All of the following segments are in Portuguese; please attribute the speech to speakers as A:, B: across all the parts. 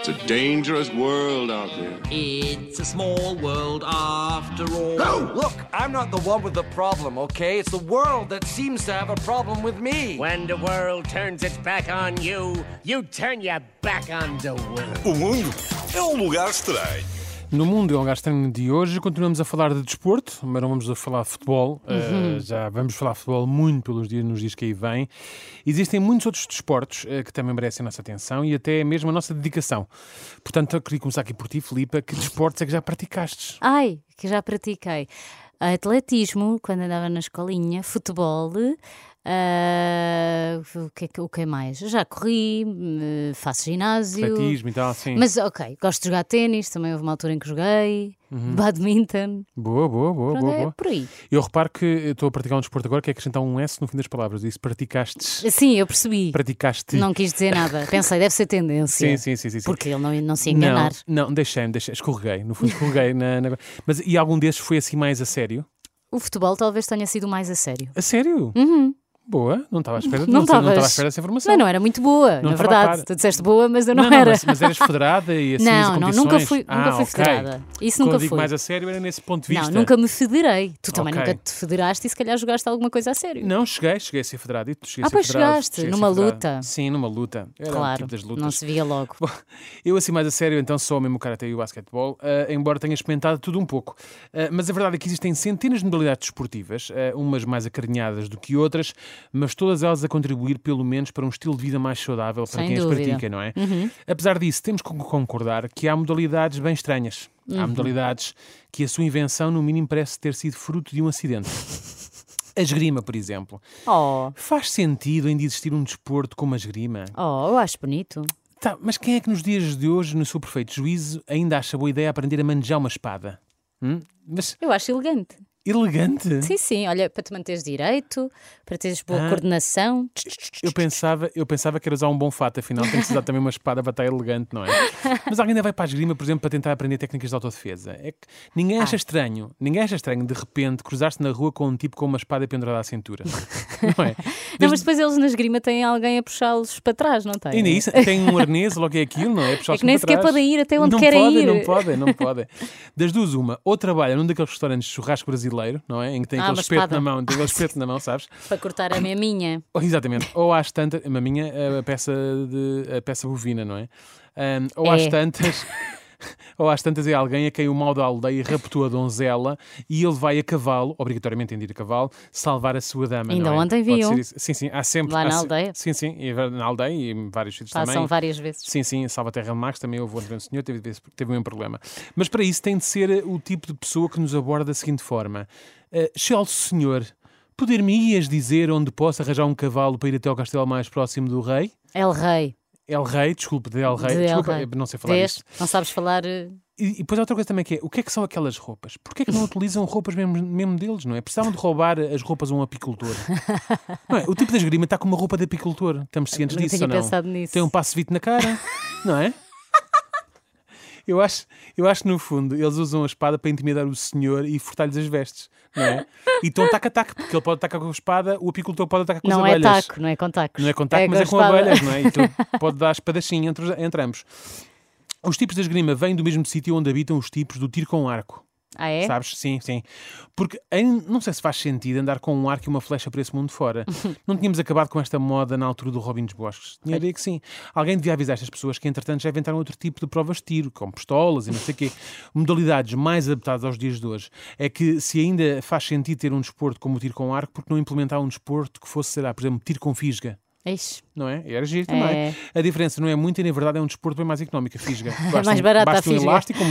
A: It's a dangerous world out there.
B: It's a small world after all.
C: Look, I'm not the one with the problem, okay? It's the world that seems to have a problem with me.
D: When the world turns its back on you, you turn your back on the world.
E: O mundo é um lugar estranho.
F: No mundo é um lugar estranho de hoje, continuamos a falar de desporto, mas não vamos a falar de futebol.
G: Uhum.
F: eh, já vamos falar de futebol muito pelos dias, nos dias que aí vêm. Existem muitos outros desportos eh, que também merecem a nossa atenção e até mesmo a nossa dedicação. Portanto, eu queria começar aqui por ti, Filipa. Que desportos é que já praticaste?
G: Ai, que já pratiquei. Atletismo, quando andava na escolinha, futebol, ah, o, que, é que- o que mais? Já corri, eh, faço ginásio.
F: Atletismo e tal, sim.
G: Mas ok, gosto de jogar ténis, também houve uma altura em que joguei, badminton,
F: Boa, boa, Uhum. boa,
G: pronto,
F: boa,
G: é
F: boa.
G: por aí.
F: Eu reparo que eu estou a praticar um desporto agora que é acrescentar um S no fim das palavras. Disse praticaste.
G: Sim, eu percebi.
F: Praticaste.
G: Não quis dizer nada. Pensei, deve ser tendência.
F: Sim, sim, sim, sim, sim.
G: Porque ele não, não se ia enganar.
F: Não, não deixei-me, deixei, escorreguei, no fundo escorreguei. na, na- Mas e algum desses foi assim mais a sério?
G: O futebol talvez tenha sido mais a sério.
F: A sério? Boa, não estava à espera,
G: Uhum. Não
F: não, sei, não estava à
G: estavas.
F: espera dessa informação.
G: Mas não era muito boa,
F: Não
G: na
F: estava a
G: verdade.
F: par.
G: Tu disseste boa, mas eu não,
F: Não, não,
G: era.
F: mas, mas eras federada e assim as
G: Não, não, nunca
F: competições?
G: fui, nunca
F: Ah,
G: fui
F: ok.
G: federada. Isso
F: Quando
G: nunca
F: digo
G: fui.
F: mais a sério era nesse ponto de vista.
G: Não, nunca me federei. Tu também
F: Ok.
G: nunca te federaste e se calhar jogaste alguma coisa a sério.
F: Não, cheguei, cheguei a ser federado. E tu cheguei
G: Ah,
F: a ser
G: pois
F: federado,
G: chegaste,
F: cheguei a ser
G: numa
F: federado.
G: luta.
F: Sim, numa luta. Era
G: claro,
F: o tipo das lutas.
G: não se via logo.
F: Bom, eu assim mais a sério então sou mesmo o karate e o basquetebol, eh, embora tenha experimentado tudo um pouco. Eh, mas a verdade é que existem centenas de modalidades desportivas, eh, umas mais acarinhadas do que outras, mas todas elas a contribuir pelo menos para um estilo de vida mais saudável para
G: Sem
F: quem
G: dúvida. Uhum.
F: as pratica, não é? Apesar disso, temos que concordar que há modalidades bem estranhas.
G: Uhum.
F: Há modalidades que a sua invenção, no mínimo, parece ter sido fruto de um acidente. A esgrima, por exemplo.
G: Oh,
F: Faz sentido ainda existir um desporto como a esgrima?
G: oh, eu acho bonito.
F: Tá, mas quem é que nos dias de hoje, no seu perfeito juízo, ainda acha boa ideia aprender a manejar uma espada? Hum? Mas
G: Eu acho elegante.
F: elegante?
G: Sim, sim, olha, para te manteres direito, para teres
F: Ah.
G: boa coordenação.
F: Eu pensava, eu pensava que era usar um bom fato, afinal tem que usar também uma espada para estar elegante, não é? Mas alguém ainda vai para a esgrima, por exemplo, para tentar aprender técnicas de autodefesa. É que ninguém
G: Ah.
F: acha estranho, ninguém acha estranho de repente cruzar-se na rua com um tipo com uma espada pendurada à cintura. Não é?
G: Não, mas depois eles na esgrima têm alguém a puxá-los para trás, não têm?
F: Ainda isso, tem um arnês, logo é aquilo, não é?
G: É que nem sequer podem ir até onde
F: não
G: querem
F: podem,
G: ir.
F: Não podem, não podem. Das duas, uma, ou trabalham num daqueles restaurantes de churrasco brasileiro, não é? Em que tem
G: Ah,
F: aquele
G: uma
F: espeto
G: espada.
F: na mão, tem aquele espeto na mão, sabes?
G: Para cortar a maminha.
F: Ou, exatamente. Ou às tantas, a maminha, a peça, de, a peça bovina, não é? Ahm, ou às
G: É.
F: tantas. Ou às tantas é alguém a quem o mal da aldeia raptou a donzela e ele vai a cavalo, obrigatoriamente tem de ir a cavalo, salvar a sua dama.
G: Ainda
F: não é?
G: ontem vi
F: Pode ser
G: um.
F: isso. Sim, sim, há sempre.
G: Lá
F: há
G: na
F: se-
G: aldeia.
F: Sim, sim, e na aldeia e em vários sítios
G: Passam
F: também.
G: várias vezes.
F: Sim, sim, em Salvaterra de Max também houve um senhor, teve, teve o mesmo problema. Mas para isso tem de ser eh, o tipo de pessoa que nos aborda da seguinte forma: Eh, Excelso senhor, poder-me-ias dizer onde posso arranjar um cavalo para ir até ao castelo mais próximo do rei?
G: El Rei.
F: El Rei, desculpe, de El Rei.
G: de El
F: desculpa,
G: Rei.
F: eh, não sei falar
G: Deste,
F: isto.
G: Não sabes falar. eh,
F: E, e depois há outra coisa também que é, o que é que são aquelas roupas? Porquê é que não utilizam roupas mesmo, mesmo deles, não é? Precisavam de roubar as roupas a um apicultor. Não é? O tipo da esgrima está com uma roupa de apicultor. Estamos cientes
G: Não
F: disso
G: tinha
F: ou não?
G: pensado nisso.
F: Tem um passovite na cara, não é? Eu acho, eu acho que no fundo eles usam a espada para intimidar o senhor e furtar-lhes as vestes, não é? E estão taca-taca, porque ele pode atacar com a espada, o apicultor pode atacar com
G: Não
F: as
G: é
F: abelhas.
G: taco, não é com tacos.
F: Não é com taco, mas é com
G: espada.
F: abelhas, não é? E aquilo pode dar espadachim entre, os- entre ambos. Os tipos da esgrima vêm do mesmo sítio onde habitam os tipos do tiro com arco.
G: Ah, é?
F: Sabes? Sim, sim. Porque em- não sei se faz sentido andar com um arco e uma flecha para esse mundo fora. não tínhamos acabado com esta moda na altura do Robin dos Bosques. Tinha a ideia que sim. Alguém devia avisar estas pessoas que, entretanto, já inventaram outro tipo de provas de tiro, com pistolas e não sei o quê. Modalidades mais adaptadas aos dias de hoje. É que se ainda faz sentido ter um desporto como o tiro com arco, porque não implementar um desporto que fosse, sei lá, por exemplo, tiro com fisga?
G: Ixi,
F: não é? E Era giro também.
G: É.
F: A diferença não é muito e, na verdade, é um desporto bem mais económico, a fisga. Basta
G: mais
F: um-
G: barata a
F: Basta um
G: fisga.
F: elástico,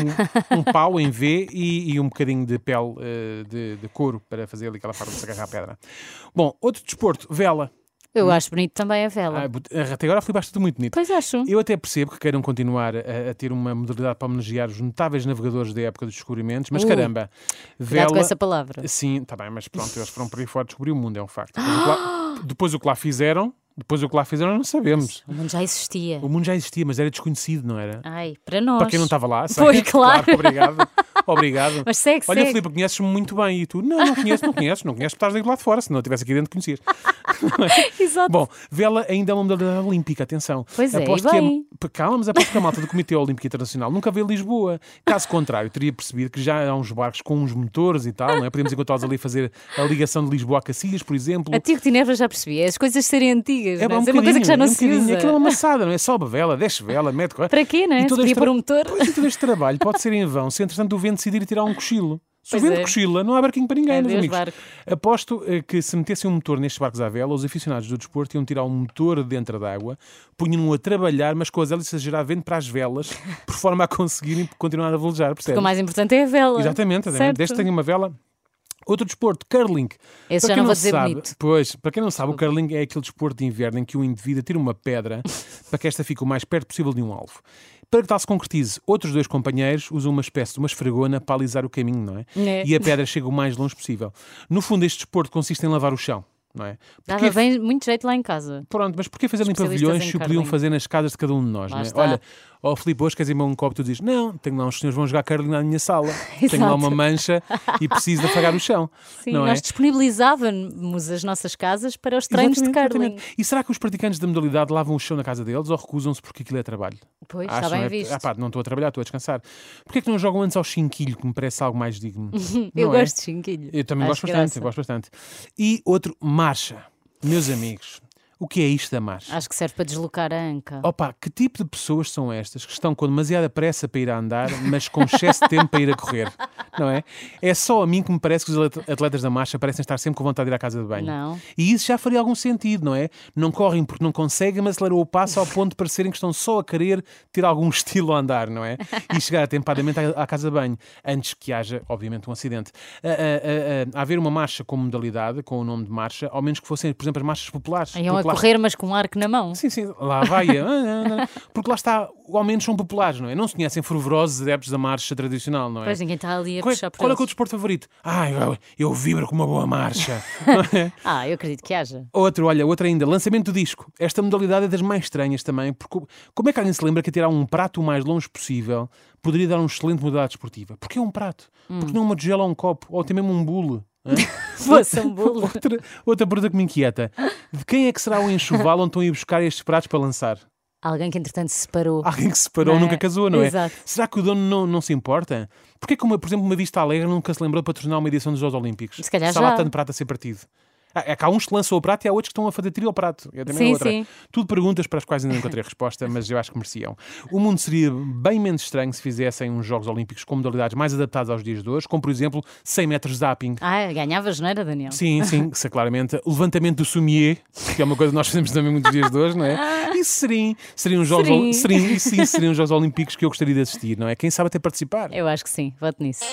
F: um, um pau em V e, e um bocadinho de pele eh, de, de couro para fazer ali aquela parte de se agarrar à pedra. Bom, outro desporto, vela.
G: eu acho bonito também a vela.
F: Hum? Ah, but- até agora foi bastante muito bonito.
G: Pois acho.
F: Eu até percebo que queiram continuar a, a ter uma modalidade para homenagear os notáveis navegadores da época dos descobrimentos, mas
G: Uh,
F: caramba,
G: Cuidado com
F: vela.
G: essa palavra.
F: Sim, está bem, mas pronto, eles foram para aí fora descobrir o mundo, é um facto. Depois o que lá, depois o que lá fizeram, depois o que lá fizeram, não sabemos.
G: O mundo já existia.
F: O mundo já existia, mas era desconhecido, não era?
G: Ai, para nós.
F: Para quem não estava lá, sabe?
G: Pois, claro.
F: obrigado. Obrigado.
G: Mas segue,
F: Olha,
G: segue.
F: Filipe, conheces-me muito bem. E tu, não, não conheço, não conheço, não conheço, porque estás do lado de fora. Se não estivesse aqui dentro, conhecias.
G: Exato.
F: Bom, vela ainda é uma modalidade olímpica, atenção.
G: Pois é, e
F: aposto que
G: bem.
F: a, calma, mas aposto que a malta do Comitê Olímpico Internacional nunca veio a Lisboa. Caso contrário, teria percebido que já há uns barcos com uns motores e tal, não é? Podemos encontrá-los ali a fazer a ligação de Lisboa a Cacilhas, por exemplo.
G: Antigo Tinebra já percebi, é as coisas serem antigas,
F: É,
G: não
F: pá, um
G: é uma coisa que
F: bocadinho,
G: já não
F: é um
G: se
F: bocadinho.
G: usa.
F: Aquilo é uma maçada, não é? Sobe vela, desce vela, mete.
G: Para quê, não é?
F: E
G: Se
F: todo
G: podia
F: este
G: pôr um motor.
F: Pois, e todo este trabalho pode ser em vão se, entretanto, o vento decidir tirar um cochilo. Se o
G: Pois
F: vento
G: é.
F: cochila, não há barquinho para ninguém, meus
G: Adeus,
F: amigos.
G: barco.
F: Aposto eh, que se metessem um motor nestes barcos à vela, os aficionados do desporto iam tirar um motor de dentro d'água, punham-no a trabalhar, mas com as hélices a gerar vento para as velas, por forma a conseguirem continuar a velejar,
G: O
F: percebes?
G: mais importante é a vela.
F: Exatamente, exatamente. Desde que tenha uma vela. Outro desporto, curling.
G: Esse
F: Para
G: já
F: quem
G: não vou dizer
F: sabe,
G: bonito.
F: Pois, para quem não sabe, o curling é aquele desporto de inverno em que o indivíduo tira uma pedra para que esta fique o mais perto possível de um alvo. Para que tal se concretize, outros dois companheiros usam uma espécie de uma esfregona para alisar o caminho, não é?
G: É.
F: E a pedra chega o mais longe possível. No fundo, este desporto consiste em lavar o chão, não é?
G: Dava
F: Porquê-
G: bem, muito jeito lá em casa.
F: Pronto, mas porquê fazerem
G: Especialistas
F: pavilhões
G: em
F: se o podiam
G: curling.
F: fazer nas casas de cada um de nós?
G: Lá
F: não é?
G: está.
F: Olha, ó Filipe, hoje queres ir beber um copo? Tu dizes, não, tenho lá uns senhores que vão jogar curling na minha sala. tenho lá
G: Exato.
F: uma mancha e preciso de afagar o chão.
G: Sim,
F: não
G: nós
F: é?
G: disponibilizávamos as nossas casas para os treinos de
F: Exatamente,
G: curling.
F: exatamente. E será que os praticantes da modalidade lavam o chão na casa deles ou recusam-se porque aquilo é trabalho?
G: Pois,
F: Acham,
G: está bem
F: é,
G: visto.
F: Ah, pá, não estou a trabalhar, estou a descansar. Porquê é que não jogam antes ao chinquilho, que me parece algo mais digno?
G: Eu
F: Não é?
G: gosto de chinquilho.
F: Eu também
G: Acho
F: gosto bastante,
G: graça.
F: eu gosto bastante. E outro, marcha. Meus amigos, o que é isto da marcha?
G: Acho que serve para deslocar a anca.
F: Opa, que tipo de pessoas são estas que estão com demasiada pressa para ir a andar, mas com excesso de tempo para ir a correr? Não é? É só a mim que me parece que os atleta- atletas da marcha parecem estar sempre com vontade de ir à casa de banho.
G: Não.
F: E isso já faria algum sentido, não é? Não correm porque não conseguem, mas aceleram o passo ao ponto de parecerem que estão só a querer ter algum estilo a andar, não é? E chegar atempadamente à, à casa de banho, antes que haja, obviamente, um acidente. A, a- a- a haver uma marcha como modalidade, com o nome de marcha, ao menos que fossem, por exemplo, as marchas populares.
G: Iam a
F: Porque lá
G: correr, mas com um arco na mão.
F: Sim, sim, lá vai. a- ah, ah, ah. Porque lá está, ao menos são populares, não é? Não se conhecem fervorosos adeptos da marcha tradicional, não é?
G: Pois ninguém está ali a
F: qual é,
G: puxar por
F: qual é
G: eles.
F: que é o desporto favorito? Ah, eu, eu vibro com uma boa marcha. é?
G: Ah, eu acredito que haja.
F: Outro, olha, outro ainda, lançamento do disco. Esta modalidade é das mais estranhas também, porque como é que alguém se lembra que atirar um prato o mais longe possível poderia dar uma excelente modalidade desportiva? Porque é um prato,
G: Hum.
F: porque não uma tigela ou um copo, ou até mesmo um bule. hã?
G: Fosse um bolo.
F: outra, outra pergunta que me inquieta: de quem é que será o enxoval onde estão a ir buscar estes pratos para lançar?
G: Alguém que entretanto se separou.
F: Alguém que se separou
G: Não é?
F: nunca casou, não
G: Exato.
F: é? Será que o dono não, não se importa? Porquê que, uma, por exemplo, uma Vista Alegre nunca se lembrou de patrocinar uma edição dos Jogos Olímpicos?
G: Se calhar
F: Está lá
G: já.
F: tanto prato a ser partido. Ah, É que há uns que lançam o prato e há outros que estão a fazer tiro ao prato. É também
G: Sim,
F: outra.
G: sim.
F: Tudo perguntas para as quais ainda não encontrei resposta, mas eu acho que mereciam. O mundo seria bem menos estranho se fizessem uns Jogos Olímpicos com modalidades mais adaptadas aos dias de hoje, como, por exemplo, 100 metros de zapping.
G: Ah, ganhavas, não era, Daniel?
F: Sim, sim, isso é claramente. O levantamento do sumier, que é uma coisa que nós fazemos também muitos dias de hoje, não é? E serim, seriam os Jogos,
G: Serim.
F: Ol- serim, e sim, seriam os Jogos Olímpicos que eu gostaria de assistir, não é? Quem sabe até participar.
G: Eu acho que sim, voto nisso.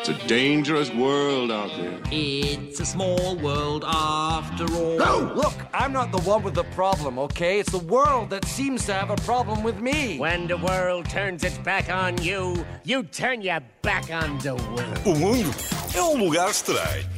A: It's a dangerous world out there.
B: It's a small world after all.
C: Look, I'm not the one with the problem, okay? It's the world that seems to have a problem with me.
D: When the world turns its back on you, you turn your back on the world.
E: O mundo é um lugar estranho.